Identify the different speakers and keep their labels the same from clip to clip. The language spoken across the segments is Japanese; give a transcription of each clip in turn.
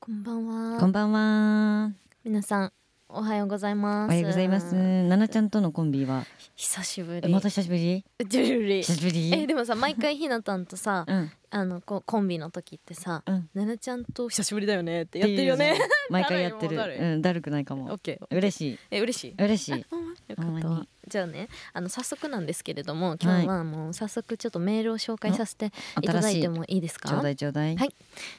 Speaker 1: こんばん
Speaker 2: こん
Speaker 1: は。
Speaker 2: ばんは。
Speaker 1: 皆さん、おはようござい
Speaker 2: お
Speaker 1: ます。
Speaker 2: はようございます。ななちゃんとのコンビは、
Speaker 1: 久しぶ
Speaker 2: え
Speaker 1: り。
Speaker 2: また久しぶり。
Speaker 1: 久しぶり
Speaker 2: 久しぶり。
Speaker 1: え、でもさ、毎回ひなたんとさ、
Speaker 2: うん、
Speaker 1: あの、こう、コンビの時ってさ。
Speaker 2: うん。
Speaker 1: ななちゃんと久しぶりだよねってや ってるよね。。
Speaker 2: 毎回やってる。
Speaker 1: だるいもんだ
Speaker 2: うん、だるくないか
Speaker 1: オ
Speaker 2: も
Speaker 1: ッ。ケー。
Speaker 2: 嬉しい。
Speaker 1: え、嬉しい。
Speaker 2: 嬉しい。
Speaker 1: よか
Speaker 2: ほん
Speaker 1: っ
Speaker 2: ま
Speaker 1: た
Speaker 2: に
Speaker 1: じゃあねあの早速なんですけれども今日はもう早速ちょっとメールを紹介させていた
Speaker 2: 新
Speaker 1: だい
Speaker 2: し
Speaker 1: て
Speaker 2: い。ち
Speaker 1: もいいですか
Speaker 2: ょうだいちょうだい
Speaker 1: は。い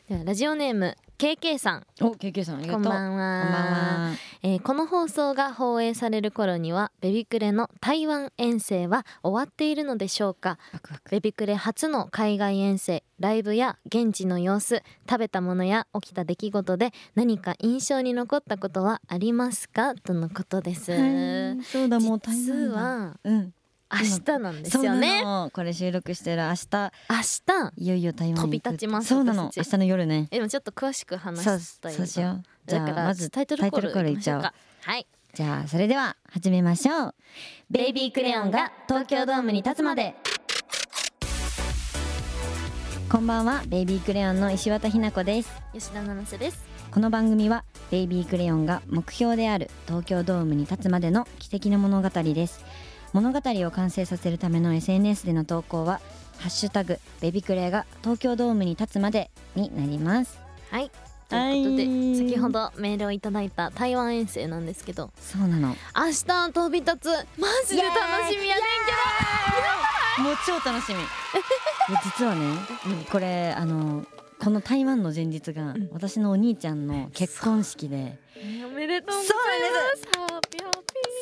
Speaker 1: ではラジオネーム KK さん
Speaker 2: お、けいけいさん、ありが
Speaker 1: ことん
Speaker 2: う。
Speaker 1: ば
Speaker 2: ん
Speaker 1: ん
Speaker 2: こ
Speaker 1: は
Speaker 2: んばんは。
Speaker 1: えーこの放送が放映される頃にはベビクレの台湾遠征は終わっているのでしょうか
Speaker 2: ワクワク。
Speaker 1: ベビクレ初の海外遠征ライブや現地の様子食べたものや起きた出来事で何か印象に残ったことはありますかとのことです、
Speaker 2: はいそうだ、もう台
Speaker 1: 実
Speaker 2: 湾だ。
Speaker 1: は
Speaker 2: うん。
Speaker 1: 明日なんです
Speaker 2: そう
Speaker 1: よ
Speaker 2: な
Speaker 1: ね
Speaker 2: の。これ収録してる明日、
Speaker 1: 明日
Speaker 2: いよいよ台湾に行く
Speaker 1: 飛び立ちます
Speaker 2: そうなの。
Speaker 1: 私
Speaker 2: 明
Speaker 1: たち
Speaker 2: 日の夜ね。
Speaker 1: えでもちょっと詳しく話
Speaker 2: そう、
Speaker 1: したい
Speaker 2: そうしよう。じ
Speaker 1: だ
Speaker 2: ゃ
Speaker 1: か
Speaker 2: あ、
Speaker 1: ら
Speaker 2: まず
Speaker 1: タイトルコール
Speaker 2: タイトルコール
Speaker 1: いきましょう
Speaker 2: いっちゃ
Speaker 1: かはい
Speaker 2: じゃあそれでは始めましょう
Speaker 1: ベイビークレヨンが東京ドームに立つまで
Speaker 2: こんばんはベイビークレヨンの石渡ひな子です
Speaker 1: 吉田七瀬です
Speaker 2: この番組はベイビークレヨンが目標である東京ドームに立つまでの奇跡の物語です物語を完成させるための SNS での投稿はハッシュタグベビクレが東京ドームに立つまでになります
Speaker 1: はいということで、
Speaker 2: はい
Speaker 1: 先ほどメールをいただいた台湾遠征なんですけど
Speaker 2: そうなのも
Speaker 1: 明日飛び立つマジで楽しみやね
Speaker 2: う超楽 しみいや実はねこれあのこの台湾の前日が
Speaker 1: ん
Speaker 2: 私のお兄ちゃんの結婚式で
Speaker 1: んけどおめでとうございますハッピーハッ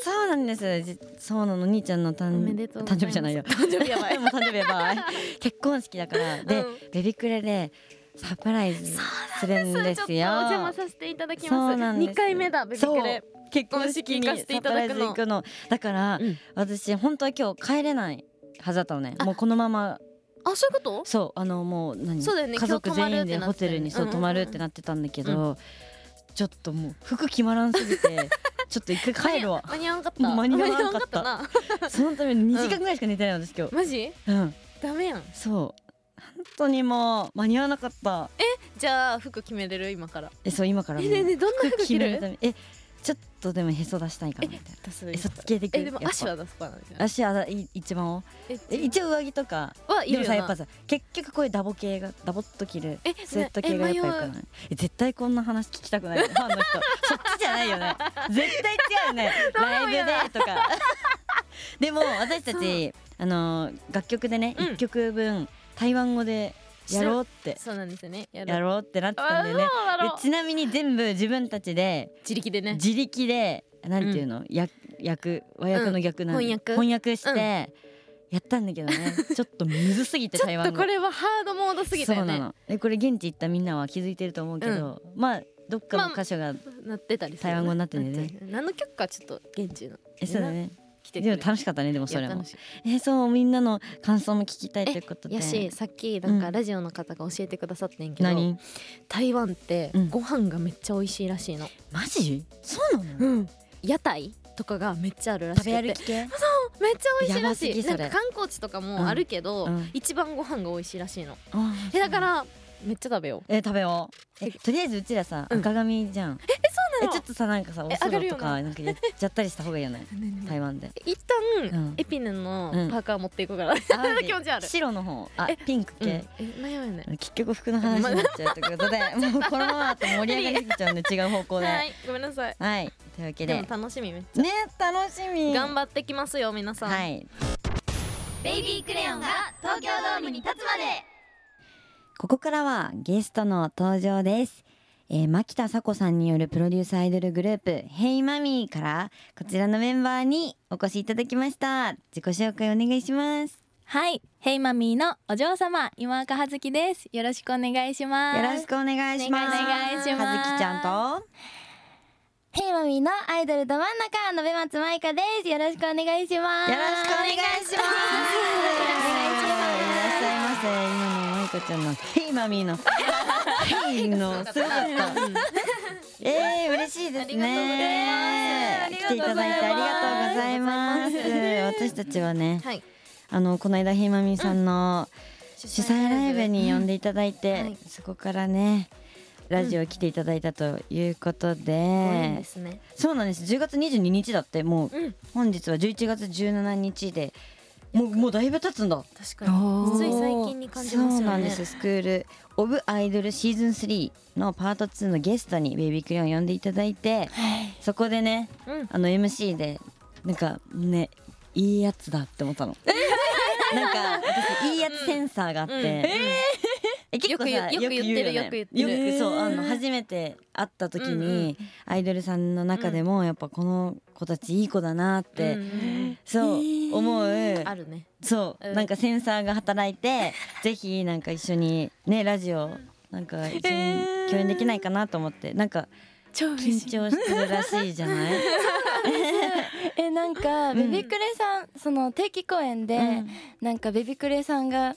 Speaker 2: そうなんです。じそうなの、兄ちゃんの誕
Speaker 1: おめでとうござ
Speaker 2: 誕
Speaker 1: います
Speaker 2: 生日じゃないよ。
Speaker 1: 誕生日やばい
Speaker 2: でも 誕生日やばい。結婚式だから、で、
Speaker 1: うん
Speaker 2: ベビクレでサプライズするん
Speaker 1: ピー
Speaker 2: で
Speaker 1: ちょっ
Speaker 2: す
Speaker 1: とお
Speaker 2: よ。
Speaker 1: 邪魔させていただき
Speaker 2: そ
Speaker 1: ま
Speaker 2: う
Speaker 1: す
Speaker 2: なんです
Speaker 1: 二回目だベビクレ
Speaker 2: そう結婚式に
Speaker 1: 行かせていただくの
Speaker 2: サプライズ行くの。だから、
Speaker 1: うん
Speaker 2: 私本当は今日帰れないはずだったのね。
Speaker 1: あ
Speaker 2: もうこのまま、
Speaker 1: あそういうこと
Speaker 2: そう、あのもう何、
Speaker 1: そうだよね
Speaker 2: 家族
Speaker 1: 今日泊まるっ
Speaker 2: 全員
Speaker 1: て
Speaker 2: で
Speaker 1: なっ
Speaker 2: ホ
Speaker 1: てた
Speaker 2: テ
Speaker 1: よね
Speaker 2: ルにそ
Speaker 1: う
Speaker 2: う
Speaker 1: んうんう
Speaker 2: 泊
Speaker 1: ん
Speaker 2: まるってなってたんだけど、ちょっともう服決まらんす ぎて、ちょっと一回帰るわ。
Speaker 1: 間に合わんかった
Speaker 2: 間に合わんかった
Speaker 1: 間に合わな
Speaker 2: そのために2時間ぐらいしか寝てないの私今日。
Speaker 1: マジ
Speaker 2: うん、
Speaker 1: ダメやん
Speaker 2: そう。本当にもう間に合わなかった。え、
Speaker 1: じゃあ服決めれる今から
Speaker 2: そう今から
Speaker 1: え
Speaker 2: もう
Speaker 1: ねえねえどんな服着
Speaker 2: 決め
Speaker 1: る
Speaker 2: ためえ、ちょっとでもへそ出したいかなみたいな。
Speaker 1: 出す
Speaker 2: え、そっち系でいく。
Speaker 1: えでも
Speaker 2: やっぱ
Speaker 1: 足は出すかなみたいな
Speaker 2: 足はだい一番を。
Speaker 1: え
Speaker 2: え、一応上着とか。
Speaker 1: はい
Speaker 2: で
Speaker 1: る
Speaker 2: も
Speaker 1: よ
Speaker 2: さやっ
Speaker 1: な
Speaker 2: ぱさ結局こういうダボ系がダボっと着る
Speaker 1: え
Speaker 2: スウェット系がやっぱよく
Speaker 1: え迷う
Speaker 2: ないえ絶対こんな話聞きた くないファンの人そっちじゃないよね絶対違う よねライブでとかでも私たちあの楽曲でね
Speaker 1: うん
Speaker 2: 一曲分台湾語でやろうって
Speaker 1: そうなんですよねや
Speaker 2: や
Speaker 1: ろう
Speaker 2: ろうってなってた
Speaker 1: あ
Speaker 2: ん
Speaker 1: そ
Speaker 2: で
Speaker 1: う
Speaker 2: ね
Speaker 1: だろう
Speaker 2: でちなみに全部自分たちで
Speaker 1: 自力でね
Speaker 2: 自力でなんていうのや役和訳の逆なん
Speaker 1: うん翻訳
Speaker 2: 翻訳してやったんだけどねちょっとむずすぎて
Speaker 1: ち
Speaker 2: 台
Speaker 1: ょっ
Speaker 2: 湾語
Speaker 1: とこれはハードモードすぎた
Speaker 2: そ
Speaker 1: よ
Speaker 2: うな
Speaker 1: ね
Speaker 2: のでこれ現地行ったみんなは気づいてると思うけど、まあどっかの箇所が、
Speaker 1: なってたりするよ
Speaker 2: 台湾語になってるね
Speaker 1: な何の曲かちょっと現地の
Speaker 2: えそうだね
Speaker 1: 来てく
Speaker 2: で
Speaker 1: れ
Speaker 2: も楽しかったねでも
Speaker 1: い
Speaker 2: それ
Speaker 1: や
Speaker 2: も
Speaker 1: 楽しい
Speaker 2: えそうみんなの感想も聞きたいということで
Speaker 1: やしさっきなん
Speaker 2: う
Speaker 1: か
Speaker 2: ん
Speaker 1: ラジオの方が教えてくださってんけど
Speaker 2: 何
Speaker 1: 台湾って
Speaker 2: うん
Speaker 1: ご飯がめっちゃ美味しいらしいの
Speaker 2: マジそうなの、
Speaker 1: うん屋台とかがめっちゃあるらしく
Speaker 2: 食
Speaker 1: て
Speaker 2: べ
Speaker 1: めっ
Speaker 2: 歩
Speaker 1: ち
Speaker 2: き系
Speaker 1: ゃ美味しいらし
Speaker 2: やばすぎ
Speaker 1: いな
Speaker 2: そ
Speaker 1: ん
Speaker 2: れ
Speaker 1: か観光地とかもあるけど
Speaker 2: うんうん
Speaker 1: 一番ご飯が美味しいらしいの
Speaker 2: あー
Speaker 1: えだからめっちゃ食べよう
Speaker 2: え食べようえとりあえずうちらさ、
Speaker 1: うん
Speaker 2: 赤髪じゃんえ
Speaker 1: そうなの
Speaker 2: ちょっとさなんかさお
Speaker 1: え
Speaker 2: そ
Speaker 1: 上がる
Speaker 2: ば
Speaker 1: よ
Speaker 2: と
Speaker 1: な
Speaker 2: かなんかやっちゃったりした方がいいよね台湾で
Speaker 1: 一
Speaker 2: うん
Speaker 1: 旦エピヌのパーカー持っていこうから
Speaker 2: あ
Speaker 1: 気持ち悪い
Speaker 2: 白の方あ
Speaker 1: え
Speaker 2: ピンク
Speaker 1: うん
Speaker 2: 系
Speaker 1: え、迷うよね
Speaker 2: 結局服の話になっちゃうとい うことでもうこのままだと盛り上がりすぎちゃうんで違う方向で
Speaker 1: はいごめんなさい
Speaker 2: はい、というわけ
Speaker 1: で
Speaker 2: で
Speaker 1: も楽しみめっ
Speaker 2: ね楽しみ
Speaker 1: 頑張ってきますよ皆さん
Speaker 2: はい
Speaker 1: ベイビークレヨンが東京ドームに立つまで
Speaker 2: ここからはゲストの登場ですえー、牧田紗子さんによるプロデュースアイドルグループ「ヘイマミーからこちらのメンバーにお越しいただきました自己紹介お願いします
Speaker 3: はい、ヘイマミーのお嬢様今岡葉月です。よろしくお願いします。
Speaker 2: よろしくお願いします
Speaker 3: お願いします
Speaker 2: はずきちゃんと
Speaker 3: ヘイマミーのアイドルど真ん中のべ松舞香です。よろしくお願いします。
Speaker 2: よろしくお願いします。いらっしゃいませ。今のまいかちゃんのヘイマミーのヘイのすごかった。えー、嬉しいですね
Speaker 1: あ。り
Speaker 2: 来
Speaker 1: が
Speaker 2: て
Speaker 1: と
Speaker 2: いう
Speaker 1: ご
Speaker 2: た
Speaker 1: ざ
Speaker 2: だ
Speaker 1: い
Speaker 2: い
Speaker 1: ます
Speaker 2: てありがとうございます。私たちはね、
Speaker 1: はい
Speaker 2: あのこの間ヘイマミーさんの
Speaker 1: 主
Speaker 2: 主催ライブに呼ん
Speaker 1: で
Speaker 2: でいただい
Speaker 1: うんは
Speaker 2: て
Speaker 1: い、
Speaker 2: そこからね。ラジオ来ていただいたということで、
Speaker 1: ご縁ですね。
Speaker 2: そうなんです10月22日だってもう、
Speaker 1: うん
Speaker 2: 本日は11月17日でもうもうだいぶ経つんだ
Speaker 1: 確かに。つい最近に感じますよね
Speaker 2: そうなんですスクールオブアイドルシーズン3のパート2のゲストにベイビークレヨンを呼んでいただいて
Speaker 3: はい
Speaker 2: そこでね
Speaker 1: うん。
Speaker 2: あの MC でなんかねいいやつだって思ったの。 なんか私いいやつセンサーがあって、
Speaker 1: うんうん
Speaker 2: え結構さ
Speaker 1: よく言うよく言ってる
Speaker 2: よく言う
Speaker 1: よく言ってる
Speaker 2: よくそうあの初めて会った時に、
Speaker 1: うんうん
Speaker 2: アイドルさんの中でもやっぱこの子たちいい子だなっ
Speaker 1: う
Speaker 2: て、
Speaker 1: んうん
Speaker 2: そう思う、
Speaker 1: うんあるね。
Speaker 2: そう、
Speaker 1: うん
Speaker 2: なんかセンサーが働い てぜひなんか一緒にねラジオなんか一緒に共演できないかなと思ってなんか
Speaker 3: 超嬉
Speaker 2: 緊
Speaker 3: しい
Speaker 2: 張してるらしいじゃない、
Speaker 3: えなんか
Speaker 2: うん
Speaker 3: ベビクレさんその定期公演で、
Speaker 2: うん
Speaker 3: なんかベビクレさんが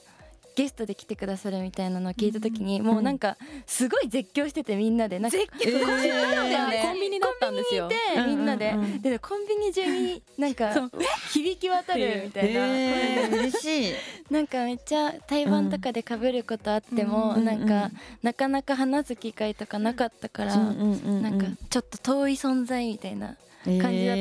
Speaker 3: ゲストで来てくださるみたいなのを聞いた時に、もうなんかすごい絶叫しててみんなでなんか
Speaker 2: えー
Speaker 1: コンビニだったんですよ。
Speaker 3: でみんなで、
Speaker 2: うんうんうん
Speaker 3: でコンビニ中になんか
Speaker 1: そう
Speaker 3: 響き渡るみたいな、
Speaker 2: えー、嬉しい。
Speaker 3: なんかめっちゃ対バンとかで被ることあっても、
Speaker 2: うん
Speaker 3: なん
Speaker 2: う
Speaker 3: か
Speaker 2: ん
Speaker 3: なかなか話す機会とかなかったから、なんかちょっと遠い存在みたいな
Speaker 2: 感
Speaker 3: 感じだっ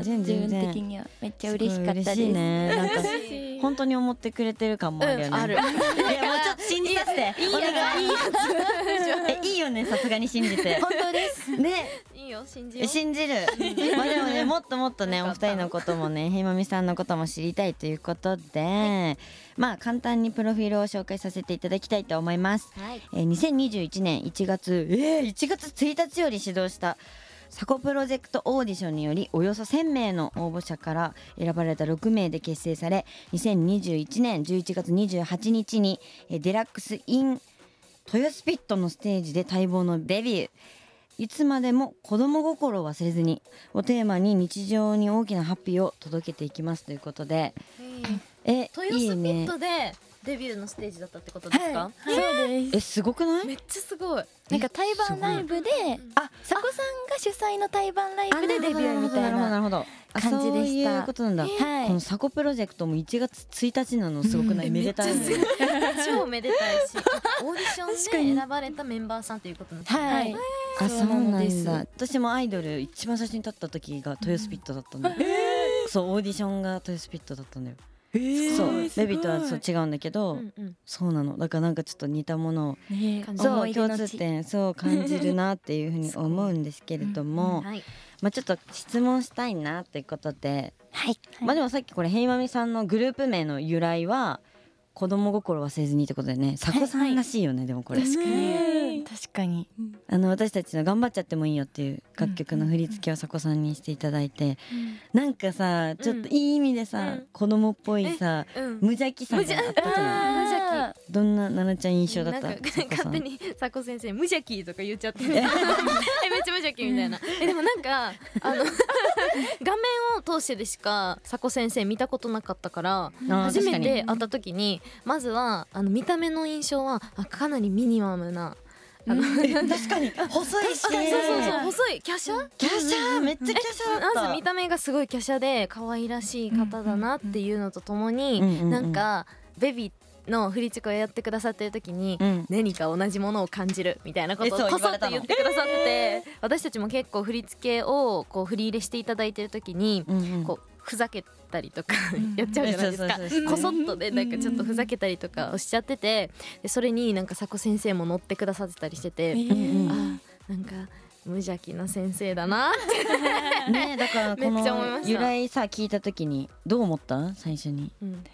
Speaker 3: たので、自分的
Speaker 2: に
Speaker 3: にはめっちゃ嬉しかったです。
Speaker 2: いね。 なんか
Speaker 1: 嬉しい
Speaker 2: 本当に思ってくれてる感もあるよね。
Speaker 1: うんある
Speaker 2: いやもうちょっと信じさせて。いいよ。いいよ。えいいよね。さすがに信じて。
Speaker 3: 本当です。
Speaker 2: ね。
Speaker 1: いいよ信じよ
Speaker 2: え
Speaker 1: う。
Speaker 2: 信じる。まあでもねもっともっとね
Speaker 1: よ
Speaker 2: お
Speaker 1: か
Speaker 2: 二
Speaker 1: った
Speaker 2: 人のこともねひまみさんのことも知りたいということで、まあ簡単にプロフィールを紹介させていただきたいと思います。
Speaker 1: はい。
Speaker 2: えー、2021年1月えー、1月1日より始動したサコプロジェクトオーディションによりおよそ1000名の応募者から選ばれた6名で結成され2021年11月28日に、えーデラックス・イン・豊スピットのステージで待望のデビュー。いつまでも子供心を忘れずにをテーマに日常に大きなハッピーを届けていきますということでえ
Speaker 1: トヨ
Speaker 2: い
Speaker 1: ス
Speaker 2: い
Speaker 1: ピ
Speaker 2: ね
Speaker 1: ットでデビューのステージだったってことですか？
Speaker 3: はい、そうです。
Speaker 2: えすごくない
Speaker 1: めっちゃすごい。
Speaker 3: なんか対バンライブで、
Speaker 2: あ
Speaker 3: 佐古さんが主催の対バンライブでデビューみたいな。
Speaker 2: るほど
Speaker 3: 感じでした
Speaker 2: そういうことなんだ、
Speaker 3: はい
Speaker 2: このサコプロジェクトも1月1日なのすごくない、めでたいね
Speaker 1: 超めでたいし、オーディションで選ばれたメンバーさんということなんですね。
Speaker 3: はい。
Speaker 2: あそうな
Speaker 3: で
Speaker 2: ん
Speaker 3: す
Speaker 2: だ私もアイドル一番最初に立った時が豊スピットだったんだよ、そうオーディションが豊スピットだったんだよ、そうレビットはそう違うんだけど、
Speaker 1: うんうん。
Speaker 2: そうなのだからなんかちょっと似たものを
Speaker 3: ね
Speaker 1: 感じ
Speaker 2: そ
Speaker 3: 思
Speaker 2: う
Speaker 3: い出
Speaker 2: 共
Speaker 3: の
Speaker 2: 通
Speaker 3: 地。
Speaker 2: 点そう感じるなっていうふうに思うんですけれど も、
Speaker 1: はい。
Speaker 2: まあちょっと質問したいなっていうことで
Speaker 3: はい。
Speaker 2: まあでもさっきこれヘイマミさんのグループ名の由来は子供心忘れずにってことでね佐古さんらしいよね、でもこれ
Speaker 3: に。確かに。
Speaker 2: あの私たちの「頑張っちゃってもいいよ」っていう楽曲の振り付けを佐古さんにしていただいて、なんかさちょっといい意味でさ、
Speaker 1: うん
Speaker 2: 子供っぽいさ、
Speaker 1: うん。
Speaker 2: 無邪気さがあったじゃん
Speaker 1: 無邪
Speaker 3: 気。
Speaker 2: どんな奈々ちゃん印象だった
Speaker 1: なんか
Speaker 2: 佐古さ
Speaker 1: 勝
Speaker 2: ん
Speaker 1: 手に佐古先生無邪気とか言っちゃってる えめっちゃ無邪気みたいなえでもなんかあの画面を通してでしか佐古先生見たことなかったから
Speaker 2: あー
Speaker 1: 初め
Speaker 2: 確かに
Speaker 1: て会った時にまずはあの見た目の印象はあかなりミニマムなあの
Speaker 2: 確かに細いし
Speaker 1: そうそうそう細い華奢
Speaker 2: キャシャーめっちゃキャシャーだった
Speaker 1: まず見た目がすごい華奢で可愛らしい方だなっていうのとともに、
Speaker 2: うんうんうん
Speaker 1: なんかベビーの振り付けをやってくださってる時に、
Speaker 2: うん
Speaker 1: 何か同じものを感じるみたいなこ
Speaker 2: え
Speaker 1: と
Speaker 2: そう
Speaker 1: をこ
Speaker 2: 言
Speaker 1: そ
Speaker 2: われ
Speaker 1: ったと
Speaker 2: の
Speaker 1: 言ってくださってて、私たちも結構振り付けをこう振り入れしていただいてる時に、
Speaker 2: うんうん
Speaker 1: こうふざけたりとか
Speaker 3: ん
Speaker 1: やっちゃうじゃないですか
Speaker 2: そうそうそうそう
Speaker 1: こそっとでなんかちょっとふざけたりとかをしちゃっててでそれになんか佐古先生も乗ってくださってたりしてて、
Speaker 2: ん
Speaker 1: あーなんか無邪気な先生だなって
Speaker 2: ねだから こ
Speaker 1: めっちゃ思いまし
Speaker 2: の
Speaker 1: た
Speaker 2: 由来さ聞いた時にどう思った最初に
Speaker 1: うん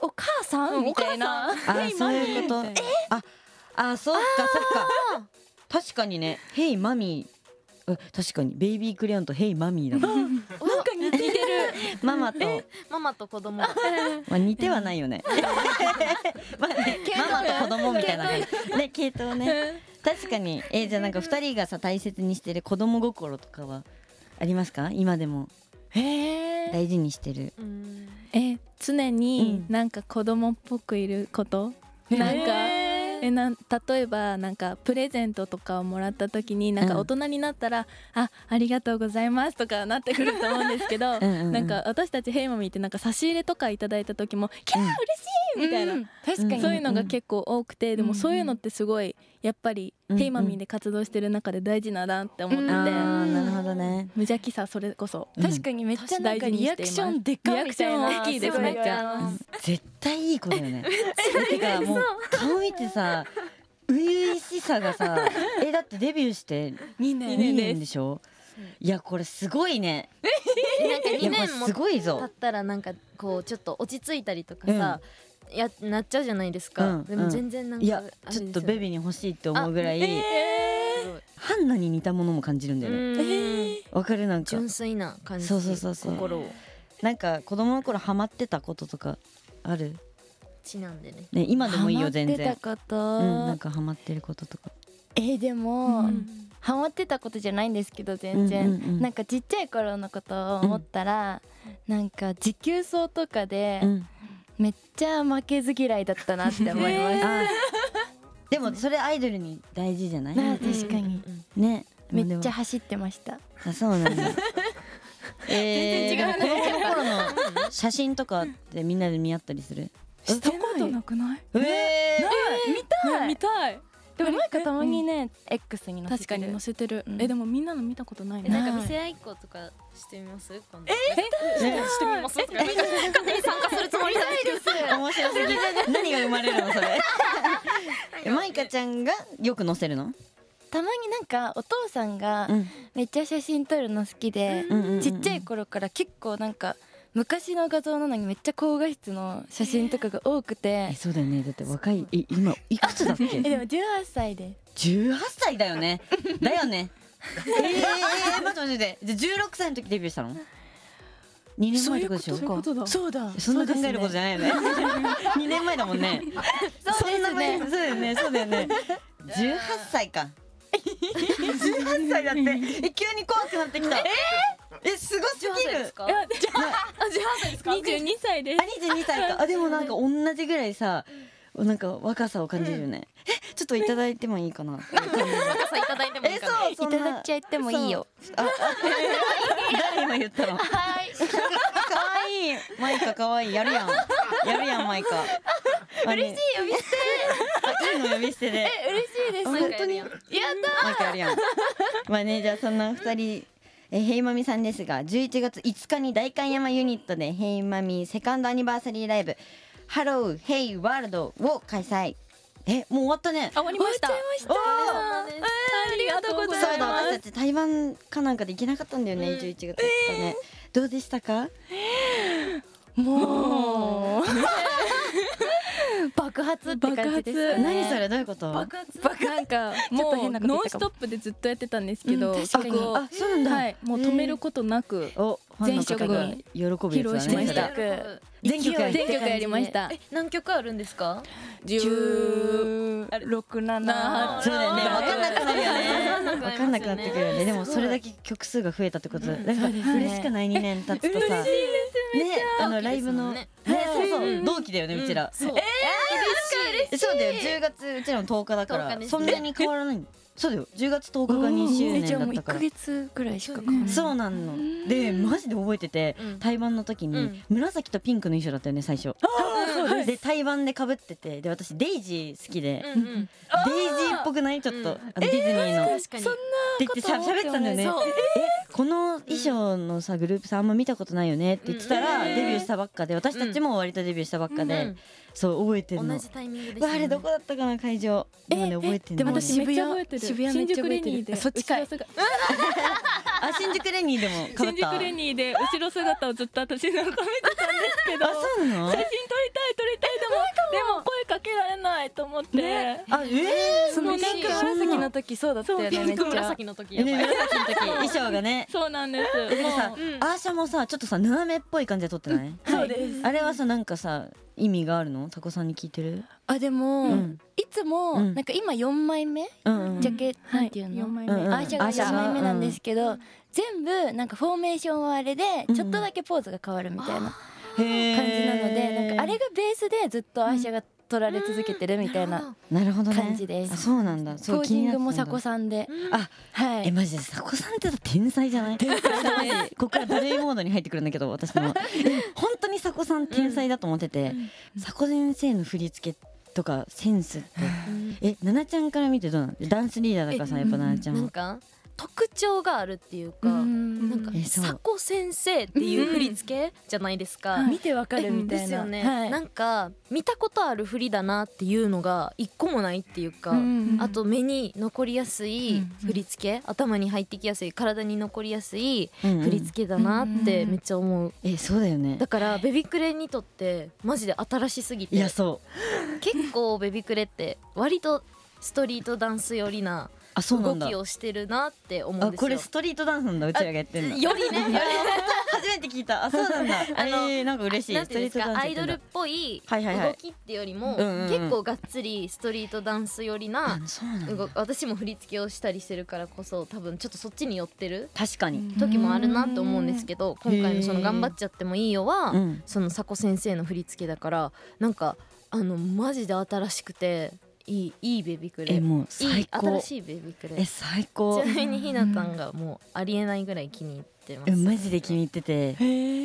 Speaker 3: お母さんみたいな。
Speaker 2: あそういうことえああそうかそっか確かにね「ヘイマミー」うん確かに「ベイビークレヨン」と「ヘイマミー」だもん
Speaker 1: なんか似てる
Speaker 2: ママと、
Speaker 1: ママと子供が
Speaker 2: まあ、似てはないよね まあねママと子供みたいなねね系統ね確かにえじゃあなんか二人がさ大切にしてる子供心とかはありますか今でも
Speaker 4: へー
Speaker 2: 大事にしてる
Speaker 1: うん
Speaker 4: え常に
Speaker 2: う
Speaker 4: なんか子供っぽくいること、なんかえなん例えばなんかプレゼントとかをもらった時になん
Speaker 2: う
Speaker 4: か
Speaker 2: ん
Speaker 4: 大人になったら「あありがとうございます」とかなってくると思うんですけど
Speaker 2: うんうんうん
Speaker 4: なんか私たちヘイマミーってなんか差し入れとかいただいた時も「キャー嬉しい!」みたいな、
Speaker 3: うん確かに、
Speaker 4: そういうのが結構多くて、で
Speaker 2: うんう
Speaker 4: も
Speaker 2: ん
Speaker 4: そういうのってすごいやっぱり、
Speaker 2: うんうん
Speaker 4: テーマミンで活動してる中で大事なんだなって思ってて、
Speaker 1: う
Speaker 2: あ
Speaker 1: ん
Speaker 2: ーなるほどね
Speaker 4: 無邪気さそれこそ
Speaker 3: 確かにめっちゃなんかリアクションでかみたいな
Speaker 4: リアクション大きいですめっちゃ
Speaker 3: うん
Speaker 2: 絶対いい子だよね。てかもう顔見てさ初々しさがさえだってデビューして
Speaker 3: 2年
Speaker 2: 2年でしょいやこれすごいね
Speaker 1: なんか
Speaker 2: いや
Speaker 1: 2
Speaker 2: これ
Speaker 1: 年も
Speaker 2: すごい
Speaker 1: 経っ
Speaker 2: ぞ
Speaker 1: たらなんかこうちょっと落ち着いたりとかさ、やなっちゃうじゃないですか、
Speaker 2: うん
Speaker 1: でも全然なんか
Speaker 2: いや
Speaker 1: あれ
Speaker 2: ちょっとベビーに欲しいって思うぐらい、
Speaker 1: ですよ
Speaker 2: ハンナに似たものも感じるんだよね
Speaker 1: うん
Speaker 2: わ、かるなんか
Speaker 1: 純粋な感じ
Speaker 2: そうそうそうそう
Speaker 1: 心を
Speaker 2: なんか子供の頃ハマってたこととかある
Speaker 1: ちなんでね
Speaker 2: ね今でもいいよ全
Speaker 3: ハマっ
Speaker 2: 然
Speaker 3: てたこ
Speaker 2: う
Speaker 3: と、
Speaker 2: んなんかハマってることとか
Speaker 3: えーでも、
Speaker 4: うん
Speaker 3: ハマってたことじゃないんですけど全然、
Speaker 2: うんうんうん
Speaker 3: なんかちっちゃい頃のことを思ったら、なんか持久走とかで
Speaker 2: うん
Speaker 3: めっちゃ負けず嫌いだったなって思います、
Speaker 2: あーでもそれアイドルに大事じゃない
Speaker 3: なあ確かに、
Speaker 1: うん
Speaker 2: ね
Speaker 3: めっちゃ
Speaker 2: でも
Speaker 3: 走ってました
Speaker 2: あそう なんだえー、でも子供の頃の写真とかってみんなで見合ったりする
Speaker 4: したことなくない
Speaker 2: ええ
Speaker 3: はい
Speaker 4: 見たい
Speaker 3: でもなんかたまにね、X に載せ
Speaker 4: 確
Speaker 3: て
Speaker 4: か
Speaker 3: る
Speaker 4: に載せてる、
Speaker 3: うん
Speaker 4: えでもみんなの見たことない
Speaker 1: えなんか
Speaker 4: 見
Speaker 1: 見
Speaker 4: せ
Speaker 1: せ合いっことかしてみます今度え
Speaker 2: ーね
Speaker 1: してみますとか勝手に参加するつもりないです
Speaker 2: 面白すぎる何が生まれるのそ れえマイカちゃんがよく載せるの、
Speaker 3: たまになんかお父さんが
Speaker 2: うん
Speaker 3: めっちゃ写真撮るの好きで、
Speaker 2: うんうんうんうん
Speaker 3: ちっちゃい頃から結構なんか昔の画像なのにめっちゃ高画質の写真とかが多くて
Speaker 2: え、そうだよねだって若いえ今いくつだっけ
Speaker 3: えでも18歳で
Speaker 2: 18歳だよねだよねえー、えー、待って待って待ってじゃあ16歳の時デビューしたの2年前ってことでしょ
Speaker 4: そういうことだ
Speaker 3: そうだ
Speaker 2: そんな考えることじゃないよね。二、年前だもんね。
Speaker 3: そう
Speaker 2: そ
Speaker 3: ですね
Speaker 2: んな前そうだよね。そうだよね。十八歳か。十八歳だって。え急に怖くなってきた。ええすごすぎ
Speaker 1: 18歳で
Speaker 2: る
Speaker 1: す。か
Speaker 4: いやじゃ
Speaker 1: あ18歳です
Speaker 4: あ22歳です
Speaker 2: あ二十二歳か。あでもなんか同じぐらいさ。なんか若さを感じるよね、えちょっといただいてもいいかな
Speaker 1: 若さいただいてもいい
Speaker 2: え
Speaker 1: かな
Speaker 2: そうそ
Speaker 3: い
Speaker 2: ん
Speaker 3: た
Speaker 2: な
Speaker 3: だっちゃってもいいよ
Speaker 2: そうああ えー誰今言ったの
Speaker 3: はい
Speaker 2: かわいいマイカかわいいやるやんやるやんマイカ嬉しい
Speaker 3: 呼び捨て
Speaker 2: いいの呼び捨てで
Speaker 3: 嬉しいです
Speaker 2: 本当に
Speaker 1: やっ
Speaker 2: マイカやるやんまあねじゃあそんな二人えーヘイマミさんですが11月5日に代官山ユニットでヘイマミセカンドアニバーサリーライブ「ハローヘイワールドを開催えもう終わったね
Speaker 4: あ終わりました
Speaker 3: 終わっ
Speaker 2: おー
Speaker 1: たです
Speaker 4: ありがとうござ
Speaker 2: そう
Speaker 4: います
Speaker 2: だ私たち台湾かなんかで行けなかったんだよね、11月5日ね、どうでしたか
Speaker 3: もう爆発って感じですかね
Speaker 2: 何それどういうこと
Speaker 4: 爆発なんか も
Speaker 3: ちょっと変な
Speaker 4: う
Speaker 3: こと言っ
Speaker 4: ノン
Speaker 3: た
Speaker 4: ス
Speaker 3: かも
Speaker 4: トップでずっとやってたんですけど、
Speaker 3: うん確かに
Speaker 4: こ
Speaker 2: あそうなんだ、
Speaker 4: はいもう止めることなく、
Speaker 2: おファンの方が喜ぶやつだね
Speaker 4: 全曲披露しました
Speaker 2: それ全曲や
Speaker 3: 勢い
Speaker 2: る
Speaker 4: 全曲やりました
Speaker 1: え何曲あるんですか
Speaker 3: 十六
Speaker 4: な
Speaker 3: 七
Speaker 2: そうだよね
Speaker 4: あ
Speaker 2: 分かんなくなるよね分
Speaker 1: わ
Speaker 2: か
Speaker 1: か
Speaker 2: ん
Speaker 1: んな
Speaker 2: なく
Speaker 1: く
Speaker 2: な
Speaker 1: な
Speaker 2: っ
Speaker 1: ってて
Speaker 2: く
Speaker 1: くる
Speaker 2: るよ
Speaker 1: よ
Speaker 2: ね
Speaker 1: ね
Speaker 2: でもそれだけ曲数が増えたってことだから嬉しくない2年経つとさねあのライブの
Speaker 1: 同期
Speaker 2: ね
Speaker 1: で
Speaker 2: そうそう同期だよねうちら
Speaker 1: そう
Speaker 2: えそうだよ10月うちらの10日だか
Speaker 1: 10日
Speaker 2: ら
Speaker 1: です
Speaker 2: そんなに変わらないそうだよ10月10日が2周
Speaker 3: じ
Speaker 2: 年
Speaker 3: ゃあ
Speaker 2: だ
Speaker 3: も
Speaker 2: っ
Speaker 3: う一
Speaker 2: たか
Speaker 3: ヶ
Speaker 2: ら
Speaker 3: 月ぐらいしか変わんない
Speaker 2: そうなのでマジで覚えてて
Speaker 1: うん
Speaker 2: 対バンの時
Speaker 1: う
Speaker 2: に
Speaker 1: ん
Speaker 2: 紫とピンクの衣装だったよね最初
Speaker 4: はい
Speaker 2: で対バンで被っててで私デイジー好きで
Speaker 1: うんうん
Speaker 2: デイジーっぽくないちょっ
Speaker 1: うん
Speaker 2: とあのディズニーの
Speaker 1: 確かに
Speaker 2: って言ってしゃ喋ってたんだよね
Speaker 1: そう
Speaker 2: えこの衣装のさグループさんあんま見たことないよねって言ってたら、
Speaker 1: うん
Speaker 2: デビューしたばっかで私たちも割とデビューしたばっかで、
Speaker 1: うん
Speaker 2: そう覚えてるの
Speaker 1: 同じタイミングで
Speaker 2: わあれどこだったかな会場でもね覚えてる
Speaker 3: で
Speaker 2: の
Speaker 3: も私
Speaker 4: めっちゃ覚えてる
Speaker 3: 渋谷めっ
Speaker 4: 新
Speaker 3: ちゃ
Speaker 4: 宿
Speaker 3: 覚
Speaker 4: レ
Speaker 3: えてる
Speaker 4: ニーで
Speaker 3: そっちかい
Speaker 4: 後ろ姿
Speaker 2: あ新宿レニーでもかぶっ
Speaker 4: 新
Speaker 2: た
Speaker 4: 宿レニーで後ろ姿をずっと私のめてたんですけど
Speaker 2: あそうなの
Speaker 4: 写真撮りたい撮りたいでもでも声かけられないと思って、
Speaker 2: あえー、
Speaker 3: そのピンク紫の時そうだったよね
Speaker 1: ピ
Speaker 3: め
Speaker 1: ン
Speaker 3: っ
Speaker 1: ク
Speaker 3: ちゃ
Speaker 1: 紫の時
Speaker 2: え
Speaker 1: や
Speaker 2: ね
Speaker 1: ばい
Speaker 2: 紫の時衣装がね
Speaker 4: そうなんです
Speaker 2: えでもさ、
Speaker 4: もう
Speaker 1: うん
Speaker 2: アーシャもさちょっとさ斜めっぽい感じで撮ってない、
Speaker 4: そうです
Speaker 2: あれはさなんかさ意味があるのタコさんに聞いてる
Speaker 3: あで
Speaker 2: う
Speaker 3: も
Speaker 2: ん
Speaker 3: いつも
Speaker 2: うん
Speaker 3: なんか今四枚目
Speaker 2: うんうん
Speaker 3: ジャケ
Speaker 4: は
Speaker 3: なんていうの
Speaker 4: 四枚目、
Speaker 2: うん
Speaker 3: アーシャが
Speaker 2: アーシャ
Speaker 3: 4
Speaker 2: が
Speaker 3: 枚目なんですけど全部なんかフォーメーションはあれで
Speaker 2: うん
Speaker 3: ちょっとだけポーズが変わるみたいな
Speaker 2: 感じ
Speaker 3: 感じなのでなんかあれがベースでずっとアーシャが取られ続けてるみたいな
Speaker 2: なるほどね
Speaker 3: 感じです
Speaker 2: あそうなんだそう
Speaker 3: ポー
Speaker 2: 気
Speaker 3: ジ
Speaker 2: に
Speaker 3: ン
Speaker 2: なっ
Speaker 3: グ
Speaker 2: てたんだ
Speaker 3: も佐古さんで
Speaker 1: うん
Speaker 2: あ
Speaker 3: は
Speaker 2: え
Speaker 3: い
Speaker 2: マジで佐古さんって天才じゃない天才だね ここからドレイモードに入ってくるんだけど私もえ本当に佐古さん天才だと思ってて、佐古先生の振り付けとかセンスってえななちゃんから見てどうなのダンスリーダーだからさやっぱななちゃん
Speaker 1: なん
Speaker 2: は
Speaker 1: か特徴があるっていうか、
Speaker 3: うん
Speaker 1: なんか
Speaker 2: えそう
Speaker 1: 佐古先生っていう振り付けじゃないですか。
Speaker 3: 見てわかるみたいな
Speaker 1: ですよね、
Speaker 3: はい
Speaker 1: なんか見たことある振りだなっていうのが一個もないっていうか、
Speaker 3: うん
Speaker 1: あと目に残りやすい振り付け、頭に入ってきやすい体に残りやすい
Speaker 2: うんうん
Speaker 1: 振り付けだなってめっちゃ思う、
Speaker 2: えそうだよね
Speaker 1: だからベビクレにとってマジで新しすぎ
Speaker 2: い
Speaker 1: て
Speaker 2: やそう
Speaker 1: 結構ベビクレって割とストリートダンス寄りな
Speaker 2: あそうな
Speaker 1: 動
Speaker 2: んだ
Speaker 1: きをしてるなって思うん
Speaker 2: あ
Speaker 1: ですよ
Speaker 2: これストリートダンスなんだうちらがやってんの
Speaker 1: よりねより
Speaker 2: 初めて聞い たあそうなんだ
Speaker 1: あの
Speaker 2: えーなんか嬉しい
Speaker 1: なん
Speaker 2: ス
Speaker 1: て
Speaker 2: ト
Speaker 1: い
Speaker 2: リ
Speaker 1: うんで
Speaker 2: ート
Speaker 1: すかアイ
Speaker 2: ダンスやっ
Speaker 1: ド
Speaker 2: てん
Speaker 1: ル
Speaker 2: だ
Speaker 1: っぽい
Speaker 2: はいはいはい
Speaker 1: 動きってよりも
Speaker 2: うんうんうん
Speaker 1: 結構がっつりストリートダンス寄りな
Speaker 2: あそうなんだ
Speaker 1: 動私も振り付けをしたりしてるからこそ多分ちょっとそっちに寄ってる
Speaker 2: 確かに
Speaker 1: 時もあるなと思うんですけど
Speaker 2: うん
Speaker 1: 今回の「その頑張っちゃってもいいよは」
Speaker 2: うん
Speaker 1: その佐古先生の振り付けだからなんかあのマジで新しくていいいいベビクレ
Speaker 2: え
Speaker 1: いい
Speaker 2: もう最
Speaker 1: 新
Speaker 2: 高
Speaker 1: しいベビクレ
Speaker 2: え
Speaker 1: ち
Speaker 2: 最高
Speaker 1: なみにひなたんがもうありえないぐらい気に入ってます
Speaker 2: えマジで気に入ってて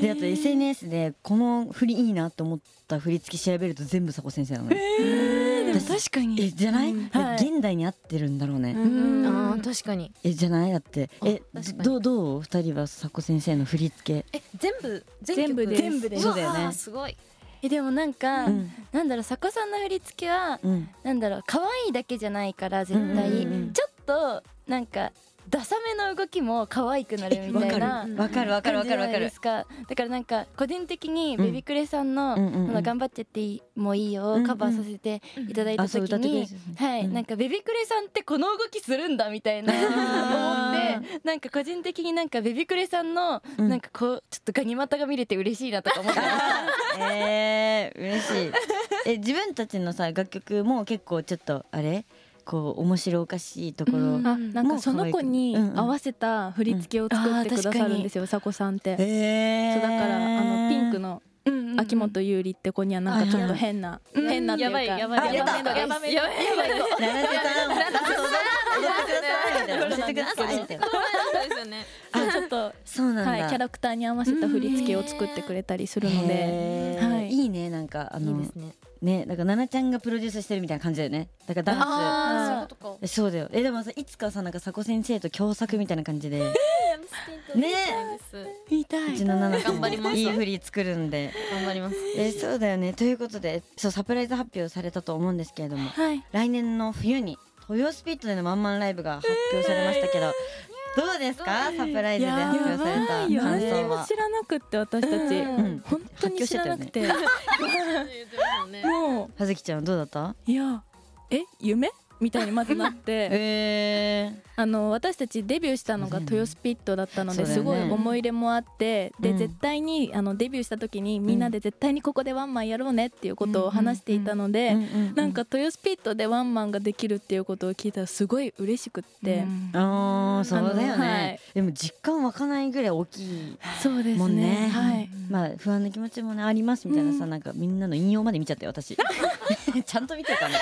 Speaker 2: であと SNS でこの振りいいなと思った振り付け調べると全部佐古先生なのね
Speaker 3: でも確か
Speaker 2: え
Speaker 3: に
Speaker 2: じゃない
Speaker 3: うん
Speaker 2: で
Speaker 3: はい
Speaker 2: 現代に合ってるんだろうね
Speaker 3: うん
Speaker 1: あー確かに
Speaker 2: えじゃないだってえ
Speaker 1: あ確かに
Speaker 2: どどう二人は佐古先生の振り付け
Speaker 1: え全部
Speaker 4: 全部
Speaker 1: 曲
Speaker 4: です
Speaker 3: 全部です
Speaker 2: そうだよね
Speaker 1: わあすごい
Speaker 3: えでもなんか、
Speaker 2: うん
Speaker 3: なんだろう佐古さんの振り付けは
Speaker 2: うん
Speaker 3: なんだろう可愛いだけじゃないから絶対、
Speaker 2: うんうんうん
Speaker 3: ちょっとなんかダサめの動きも可愛くなる
Speaker 2: え
Speaker 3: み
Speaker 2: わ
Speaker 3: たい
Speaker 2: か
Speaker 3: な
Speaker 2: るわかるわかるわかるわ
Speaker 3: 感じじゃな
Speaker 2: か
Speaker 3: いで
Speaker 2: る
Speaker 3: すかだからなんか個人的に
Speaker 2: うん
Speaker 3: ベビクレさんの「
Speaker 2: うんうんうん
Speaker 3: この頑張ってっていいもういいよ」
Speaker 2: うんうん
Speaker 3: カバーさせていただいた
Speaker 2: あそう
Speaker 3: 時
Speaker 2: 歌ってくれ
Speaker 3: に
Speaker 2: る。
Speaker 3: はい、
Speaker 2: うん
Speaker 3: なんかベビクレさんってこの動きするんだみたい な
Speaker 2: あー
Speaker 3: 思ってなんか個人的になんかベビクレさんの
Speaker 2: うん
Speaker 3: なんかこうちょっとガニ股が見れて嬉しいなと か思って
Speaker 2: えー、嬉しいえ自分たちのさ楽曲も結構ちょっとあれこう面白おかしいところ、
Speaker 3: うん
Speaker 4: あなんかその子に合わせた振り付けを作ってくださるんですよ、さこさんって。
Speaker 2: えー、
Speaker 4: そうだからあのピンク
Speaker 2: の
Speaker 4: の秋
Speaker 3: 秋
Speaker 4: 元優里って子にはなんかちょっと変な
Speaker 3: はいはい
Speaker 4: 変なっていうか
Speaker 1: やばい
Speaker 2: やばい
Speaker 4: やばめの
Speaker 1: やばいやばい
Speaker 2: 「七瀬さん踊ってください」みたいな「教えてください」みたいな
Speaker 1: そうですよね
Speaker 4: ちょっと
Speaker 2: そうなんだ、
Speaker 4: はいキャラクターに合わせた振り付けを作ってくれたりするので
Speaker 2: へー、
Speaker 4: はいい
Speaker 2: いねなんかあの
Speaker 1: いいですね
Speaker 2: ねだからななちゃんがプロデュースしてるみたいな感じだよねだからダン
Speaker 3: あー
Speaker 1: そういうことか
Speaker 2: スそうだよえでもさいつかさなんか佐古先生と共作みたいな感じで
Speaker 1: ね
Speaker 3: 見た
Speaker 2: うちのななちゃん
Speaker 1: 頑張ります
Speaker 2: いい振り作るんで
Speaker 1: 頑張ります
Speaker 2: えそうだよねということでそうサプライズ発表されたと思うんですけれども
Speaker 3: はい
Speaker 2: 来年の冬に豊スピットでのまんまんライブが発表されましたけど、どうですかサプライズで発表された感
Speaker 4: やばい何
Speaker 2: 想
Speaker 4: にも
Speaker 2: は
Speaker 4: 知らなくって私たち、
Speaker 3: うん
Speaker 4: 本当に知らなくても
Speaker 2: 葉月ちゃんどうだった
Speaker 4: ういやえ夢みたいにまずなって
Speaker 2: え
Speaker 4: あの私たちデビューしたのが
Speaker 2: そう
Speaker 4: 「
Speaker 2: だ
Speaker 4: ト
Speaker 2: よね
Speaker 4: ヨスピット」だったの
Speaker 2: そうだ
Speaker 4: で
Speaker 2: よ
Speaker 4: す
Speaker 2: ね
Speaker 4: ごい思い入れもあって
Speaker 2: う
Speaker 4: で
Speaker 2: ん
Speaker 4: 絶対にあのデビューした時にみんなで絶対にここでワンマンやろうねっていうことを話していたので
Speaker 2: うんうう
Speaker 4: なんか「トヨスピット」でワンマンができるっていうことを聞いたらすごい嬉しくって、
Speaker 2: あーそうだよね、
Speaker 4: あのはい
Speaker 2: でも実感湧かないぐらい大きい
Speaker 4: そうですね
Speaker 2: もんね
Speaker 4: はい、
Speaker 2: まあ不安な気持ちもねありますみたいなさ、
Speaker 4: うん
Speaker 2: なんかみんなの引用まで見ちゃったよ 私ちゃんと見てるからね、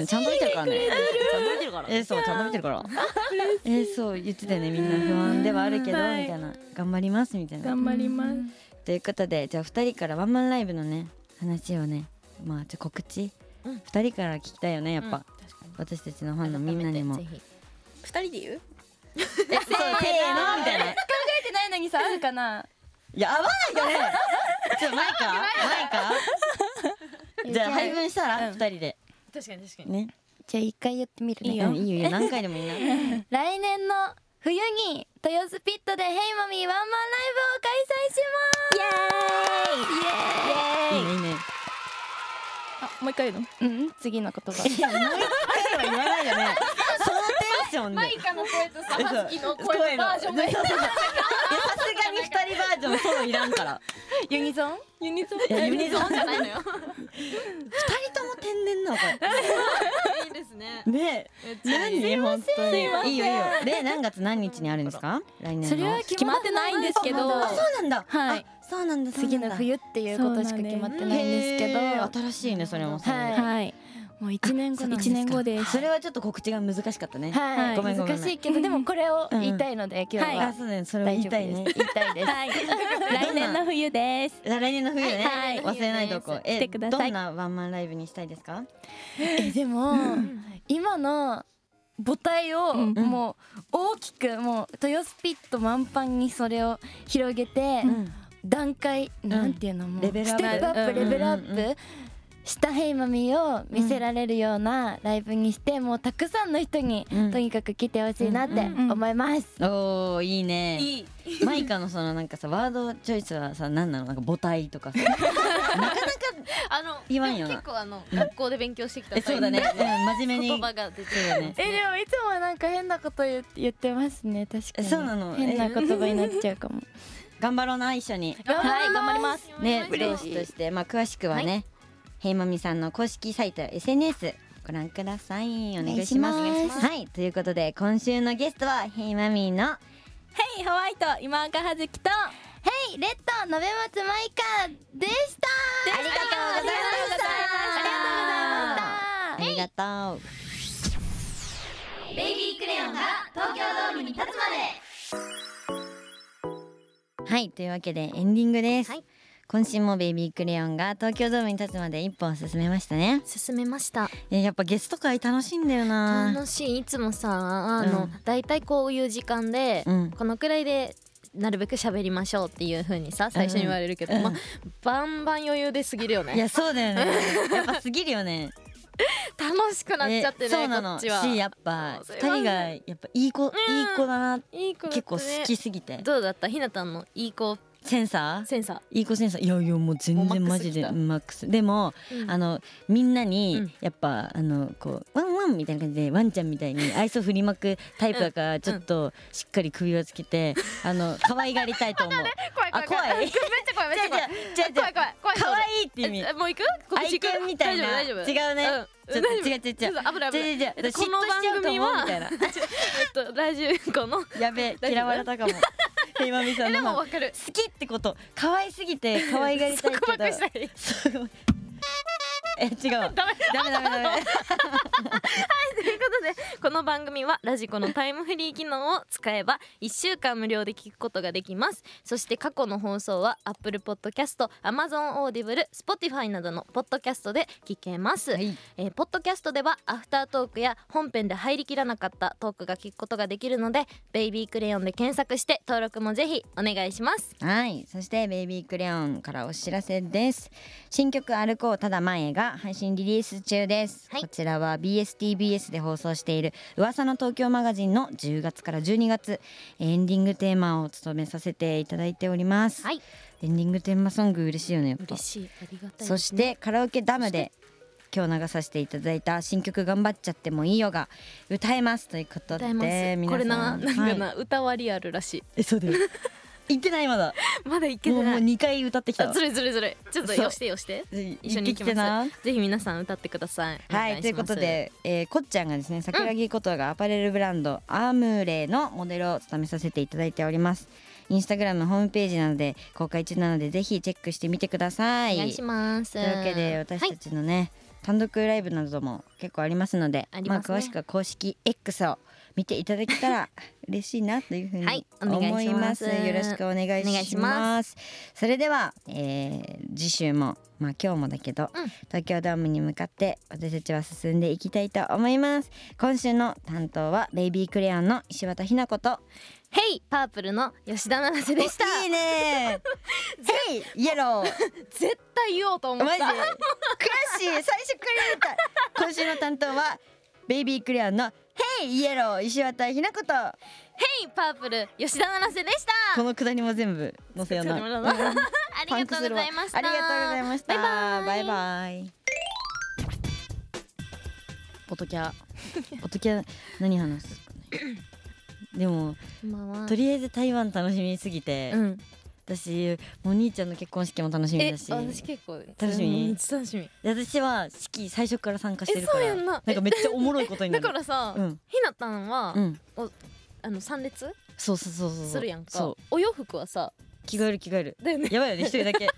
Speaker 2: うん、ちゃんと見てるからねえー、そうちゃんと見てるからえー、そう言ってたよねみんな不安ではあるけど、
Speaker 4: はい
Speaker 2: みたいな頑張りますみたいな
Speaker 4: 頑張ります、
Speaker 2: ということでじゃあ2人からワンマンライブのね話をねまあちょ告知、
Speaker 1: う
Speaker 2: 二
Speaker 1: ん
Speaker 2: 2人から聞きたいよねやっぱ、私たちのファンのみんなにも
Speaker 1: 改めてぜ
Speaker 5: 二人で言う
Speaker 2: え そうせーのみたいな
Speaker 3: 見てないのにさあるかな
Speaker 2: いや合わないよねちょっとないかないかじゃあ配分したら
Speaker 3: うん
Speaker 2: 2人で
Speaker 1: ひ確かに確かに
Speaker 2: ね
Speaker 3: じゃあ一回やってみる
Speaker 2: いいよいいよ何回でもいいな
Speaker 3: 来年の冬に豊洲ピットで「ヘイマミーワンマンライブを開催しますイエーイイエーイ
Speaker 2: いいねいいね
Speaker 4: あもう一回言うの
Speaker 3: うん次の言葉
Speaker 2: いやもう一回は言わないよねそのテンションで
Speaker 1: カの声とさ
Speaker 2: えそう声のねそうそうそういやさすがに2人バージョンソロいらんから
Speaker 3: ユニゾン
Speaker 4: ユニゾン
Speaker 2: いやユニゾン2
Speaker 1: じゃないのよ
Speaker 2: 人とも天然なのこ
Speaker 1: いいですね
Speaker 2: れね何本当にいいよいいよで何月何日にあるんですか来年の
Speaker 3: それは決まってないんですけど
Speaker 2: あそうなんだ
Speaker 4: はい
Speaker 2: あそうなんだ
Speaker 3: 次の冬っていうことしか決まってないんですけど、
Speaker 2: 新しいねそれもそれで
Speaker 3: はい
Speaker 4: はい
Speaker 3: もう1年後なんですか
Speaker 4: 1年後です
Speaker 2: それはちょっと告知が難しかったね
Speaker 3: はい、
Speaker 2: ごめんごめん
Speaker 3: 難しいけどでもこれを言いたいので、今日
Speaker 2: あ
Speaker 3: は
Speaker 2: そうだねそれを
Speaker 3: 大
Speaker 2: 言
Speaker 3: 丈
Speaker 2: い
Speaker 3: 夫
Speaker 2: たいね
Speaker 3: です、言いたいです
Speaker 4: はい来年の冬です
Speaker 2: 来年の冬ね、
Speaker 4: はい
Speaker 2: 忘れないとこう
Speaker 4: 来
Speaker 2: え
Speaker 4: てくださ
Speaker 2: ど
Speaker 4: い
Speaker 2: んなワンマンライブにしたいですか
Speaker 3: えでも今の母体を
Speaker 4: うん
Speaker 3: もう大きくもう豊スピット満帆にそれを広げて
Speaker 2: ん
Speaker 3: 段階
Speaker 2: ん
Speaker 3: なんていうのもう
Speaker 2: レベルアッ
Speaker 3: ス
Speaker 2: プ
Speaker 3: テップアップ
Speaker 2: うんうん
Speaker 3: レ
Speaker 2: うん
Speaker 3: ベルアップしたヘイマミを見せられるようなライブにしてもうたくさんの人に
Speaker 2: うん
Speaker 3: とにかく来てほしいなって
Speaker 4: うんうん
Speaker 3: 思います
Speaker 2: おーいいね
Speaker 1: いい
Speaker 2: マイカのそのなんかさワードチョイスはさ何なのなんか母体とかさ
Speaker 1: あの
Speaker 2: 言わんよな
Speaker 1: 結構あの学校で勉強してきた
Speaker 2: えそうだね、うん、真面目に
Speaker 1: 言葉が出て
Speaker 2: そうだね
Speaker 3: えでもいつもなんか変なこと言言ってますね確かに
Speaker 2: そうなの
Speaker 3: 変な言葉になっちゃうかも
Speaker 2: 頑張ろうな一緒に
Speaker 3: はい頑張ります
Speaker 2: ね
Speaker 3: 嬉
Speaker 2: 嬉
Speaker 3: しい
Speaker 2: しいとしてまあ詳しくはね、ヘイマミさんの公式サイトや SNS ご覧くださいお願いします
Speaker 3: お願いします
Speaker 2: はいということで今週のゲストはヘイマミの
Speaker 4: ヘイホワイト今岡葉月と
Speaker 3: ヘイレッド鍋松マイカでしたありがとうございました
Speaker 2: ありがとうはいというわけでエンディングです、
Speaker 1: はい
Speaker 2: 今週もベイビークレヨンが東京ドームに立つまで一本進めましたね
Speaker 1: 進めました
Speaker 2: いややっぱゲスト会楽しいんだよな
Speaker 1: 楽しいいつもさあの、
Speaker 2: うん
Speaker 1: だいたいこういう時間で、
Speaker 2: うん
Speaker 1: このくらいでなるべく喋りましょうっていう風にさ最初に言われるけど、
Speaker 2: うん
Speaker 1: まあバンバン余裕で過ぎるよ
Speaker 2: い
Speaker 1: ね
Speaker 2: やそうだよ ねやっぱすぎるよね
Speaker 1: 楽しくなっちゃって
Speaker 2: え
Speaker 1: ね
Speaker 2: そうな
Speaker 1: こ
Speaker 2: の
Speaker 1: っ
Speaker 2: し
Speaker 1: ちは
Speaker 2: やっぱ
Speaker 1: そ
Speaker 2: 二
Speaker 1: うすいませ
Speaker 2: 人
Speaker 1: ん
Speaker 2: がやっぱいい子、いい子だない
Speaker 1: い子だったね
Speaker 2: 結構好きすぎて
Speaker 1: どうだったひなたんのいい子
Speaker 2: センサー
Speaker 1: センサ
Speaker 2: いい子センサーいやいやもう全然
Speaker 1: もうマ
Speaker 2: マ
Speaker 1: ックス
Speaker 2: ジ
Speaker 1: き
Speaker 2: で
Speaker 1: た
Speaker 2: マックスでも
Speaker 1: ー、うん
Speaker 2: あのみんな
Speaker 1: う
Speaker 2: に
Speaker 1: ん
Speaker 2: やっぱあのこうワンワンみたいな感じでワンちゃんみたいに愛想振りまくタイプだからちょっとしっかり首をつけてあの可愛がりたい と思う
Speaker 1: 怖い怖い怖い
Speaker 2: あ怖
Speaker 1: め
Speaker 2: い
Speaker 1: っちゃ怖いめっちゃ怖い
Speaker 2: じゃじ
Speaker 1: 怖
Speaker 2: ゃ
Speaker 1: い怖い怖い
Speaker 2: 可愛いって意味
Speaker 1: えもう行く告
Speaker 2: 愛
Speaker 1: 知行く
Speaker 2: 犬みたいな
Speaker 1: 大丈夫大丈夫
Speaker 2: 違うね
Speaker 1: うん
Speaker 2: ちょっ
Speaker 1: 大
Speaker 2: と
Speaker 1: 丈
Speaker 2: 違う違う違う
Speaker 1: 夫危ない危ない
Speaker 2: 違う違う
Speaker 1: だってこの
Speaker 2: 嫉妬しちゃう
Speaker 1: 番組は
Speaker 2: と思うみたいな
Speaker 1: えっとラジオ この
Speaker 2: や べえ嫌われたかも今見さ
Speaker 1: え
Speaker 2: ん
Speaker 1: で
Speaker 2: の
Speaker 1: も
Speaker 2: 方好
Speaker 1: わかる
Speaker 2: きってこと可愛すぎて可愛がりた い
Speaker 1: そこばっかりし
Speaker 2: けど
Speaker 1: たい
Speaker 2: そう え違う わ
Speaker 1: ダメ
Speaker 2: ダメダメダメ
Speaker 1: ということでこの番組はラジコのタイムフリー機能を使えば1週間無料で聞くことができますそして過去の放送は Apple Podcast、Amazon Audible、Spotify などのポッドキャストで聞けます、
Speaker 2: い
Speaker 1: えーポッドキャストではアフタートークや本編で入りきらなかったトークが聞くことができるのでベイビークレヨンで検索して登録もぜひお願いします
Speaker 2: はいそして「ベイビークレヨン」からお知らせです新曲「歩こうただ前へ」が配信リリース中です、
Speaker 1: はい
Speaker 2: こちらは BSTBS で放送している「噂の東京マガジン」の10月から12月エンディングテーマを務めさせていただいております、
Speaker 1: はい
Speaker 2: エンディングテーマソング嬉しいよねやっぱ
Speaker 1: しいありがた
Speaker 2: そしてカラオケダムで今日流させていただいた新曲「頑張っちゃってもいいよ」が歌えますということ
Speaker 1: 歌
Speaker 2: で
Speaker 1: います
Speaker 2: 皆さん
Speaker 1: これななんかな、
Speaker 2: はい
Speaker 1: 歌はリアルらしい
Speaker 2: えそうだ よ言ってないまだ
Speaker 1: まだいけ
Speaker 2: もうもう
Speaker 1: ない
Speaker 2: 2回歌ってきた
Speaker 1: あ
Speaker 2: わ
Speaker 1: ずるいずるいずるいちょっと
Speaker 2: そう
Speaker 1: よしてよして一
Speaker 2: 一
Speaker 1: 緒に行きます
Speaker 2: な
Speaker 1: ぜひ皆さん歌ってください。
Speaker 2: はいということ。で、えー、こっちゃんがですね桜木ことがアパレルブランド、アームレイのモデルを務めさせていただいておりますインスタグラムホームページなどで公開中なのでぜひチェックしてみてください
Speaker 1: お願いします。
Speaker 2: というわけで私
Speaker 1: は
Speaker 2: た
Speaker 1: い、
Speaker 2: ちのね、単独ライブなども結構ありますので
Speaker 1: ありますね
Speaker 2: あ詳しくは公式 X を見ていただけ たら嬉しいなというふう
Speaker 1: はい
Speaker 2: に
Speaker 1: お願いし
Speaker 2: 思います,、
Speaker 1: ます
Speaker 2: よろしくお願い
Speaker 1: お
Speaker 2: し
Speaker 1: 願
Speaker 2: ます
Speaker 1: いしま
Speaker 2: それでは、えー次週もまあ今日もだけど、
Speaker 1: うん
Speaker 2: 東京ドームに向かって私たちは進んでいきたいと思います今週の担当はベイビークレヨンの石渡ひな子と
Speaker 1: ヘイパープルの吉田七瀬でした。
Speaker 2: おい いねぜイエロー
Speaker 1: 絶対言おう と思っ
Speaker 2: マジ
Speaker 1: た。
Speaker 2: クラッシー最初から 言った今週の担当はベイビークレアンの「ヘイイエロー石渡ひなこと」
Speaker 1: ヘイパープル吉田七瀬でした。
Speaker 2: このくだりも全部載せような
Speaker 1: ありがとうございました。
Speaker 2: ありがとうございました
Speaker 1: バイバイ
Speaker 2: イポトキャポトキャ何話すかねでも
Speaker 1: こんばんは
Speaker 2: とりあえず台湾楽しみすぎて、
Speaker 1: うん。
Speaker 2: 私お兄ちゃんの結婚式も楽しみ
Speaker 1: え、
Speaker 2: だし
Speaker 1: 私結構
Speaker 2: 楽しみ
Speaker 1: うん楽しみ。
Speaker 2: 私は式最初から参加してるか
Speaker 1: えそう
Speaker 2: ら
Speaker 1: やんな
Speaker 2: なんかめっちゃおもろいことにな
Speaker 1: だ
Speaker 2: る
Speaker 1: からさ、
Speaker 2: うん
Speaker 1: ひなたんは、
Speaker 2: うん
Speaker 1: あの参列
Speaker 2: そうそうそうそうそう
Speaker 1: するやんか
Speaker 2: そ。
Speaker 1: お洋服はさ、
Speaker 2: 着替える着替える
Speaker 1: だよね
Speaker 2: やばいよね一人だけ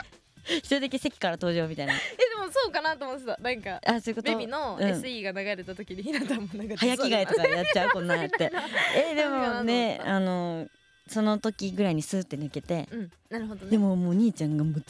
Speaker 2: 一人だけ席から登場みたいな
Speaker 1: えでもそうかなと思ってたなんか
Speaker 2: あそういうこと
Speaker 1: ベビの
Speaker 2: うん
Speaker 1: SE が流れた時にひなたもなんか
Speaker 2: 早着替えとかやっちゃうこんなんやってえでもね
Speaker 1: ダメ
Speaker 2: あのその時ぐらいにスーって抜けて
Speaker 1: うんなるほどね
Speaker 2: でももう兄ちゃんがもうずっ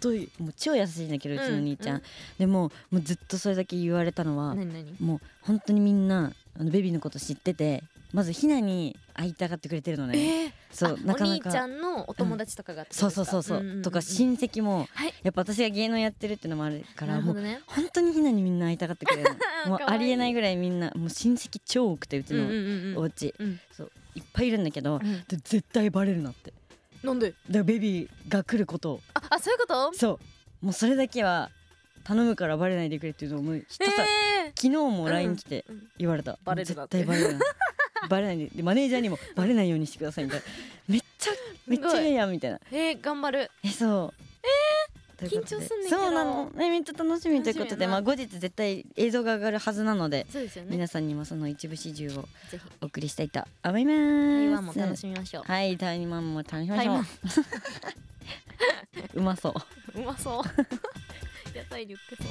Speaker 2: ともう超優しいんだけどうちの
Speaker 1: うん
Speaker 2: 兄ちゃん、
Speaker 1: うん
Speaker 2: でももうずっとそれだけ言われたのは、
Speaker 1: 何何
Speaker 2: もう本当にみんなあのベビーのこと知っててまずひなに会いたがってくれてるのね、
Speaker 1: えー
Speaker 2: そう
Speaker 1: あ
Speaker 2: なか
Speaker 1: お
Speaker 2: な
Speaker 1: 兄ちゃ
Speaker 2: か
Speaker 1: んのお友達とかがってこと
Speaker 2: そ
Speaker 1: です
Speaker 2: うそ
Speaker 1: か
Speaker 2: うそうそう,、
Speaker 1: んんん
Speaker 2: とか親戚も、
Speaker 1: はい
Speaker 2: やっぱ私が芸能やってるってのもあるから
Speaker 1: なる
Speaker 2: も
Speaker 1: ほ
Speaker 2: う
Speaker 1: どね
Speaker 2: 本当にひなにみんな会いたがってくれるのもう
Speaker 1: かわいい
Speaker 2: ありえないぐらいみんなもう親戚超多くてうち
Speaker 1: うんうんう
Speaker 2: の
Speaker 1: んう
Speaker 2: お
Speaker 1: ん
Speaker 2: 家、
Speaker 1: うん
Speaker 2: そういっぱいいるんだけど、
Speaker 1: うん
Speaker 2: で絶対バレるなって
Speaker 1: なんで
Speaker 2: だからベビーが来ることを
Speaker 1: ああそういうこと
Speaker 2: そうもうそれだけは頼むからバレないでくれっていうのをもうひたすら
Speaker 1: え
Speaker 2: 昨日も LINE 来て
Speaker 1: うん
Speaker 2: 言われた、
Speaker 1: バレるなって
Speaker 2: 絶対バ レるなバレないででマネージャーにもバレないようにしてくださいみたいなめっちゃめっちゃ嫌やんみたいな
Speaker 1: ーえー頑張る
Speaker 2: えそうえ
Speaker 1: 緊張すんねんけど
Speaker 2: そうなのねめっちゃ楽しみというこ
Speaker 1: 楽
Speaker 2: と
Speaker 1: しみ
Speaker 2: で
Speaker 1: やな
Speaker 2: まあ後日絶対映像が上がるはずなので
Speaker 1: そうですよね
Speaker 2: 皆さんにもその一部始終を
Speaker 1: ぜひ
Speaker 2: お送りしたいと思いま
Speaker 1: 台湾も
Speaker 2: す
Speaker 1: 楽しみましょう
Speaker 2: はい台湾も楽しみま
Speaker 1: 台
Speaker 2: しょう
Speaker 1: 湾
Speaker 2: うまそ う
Speaker 1: うまそう屋台に売ってそう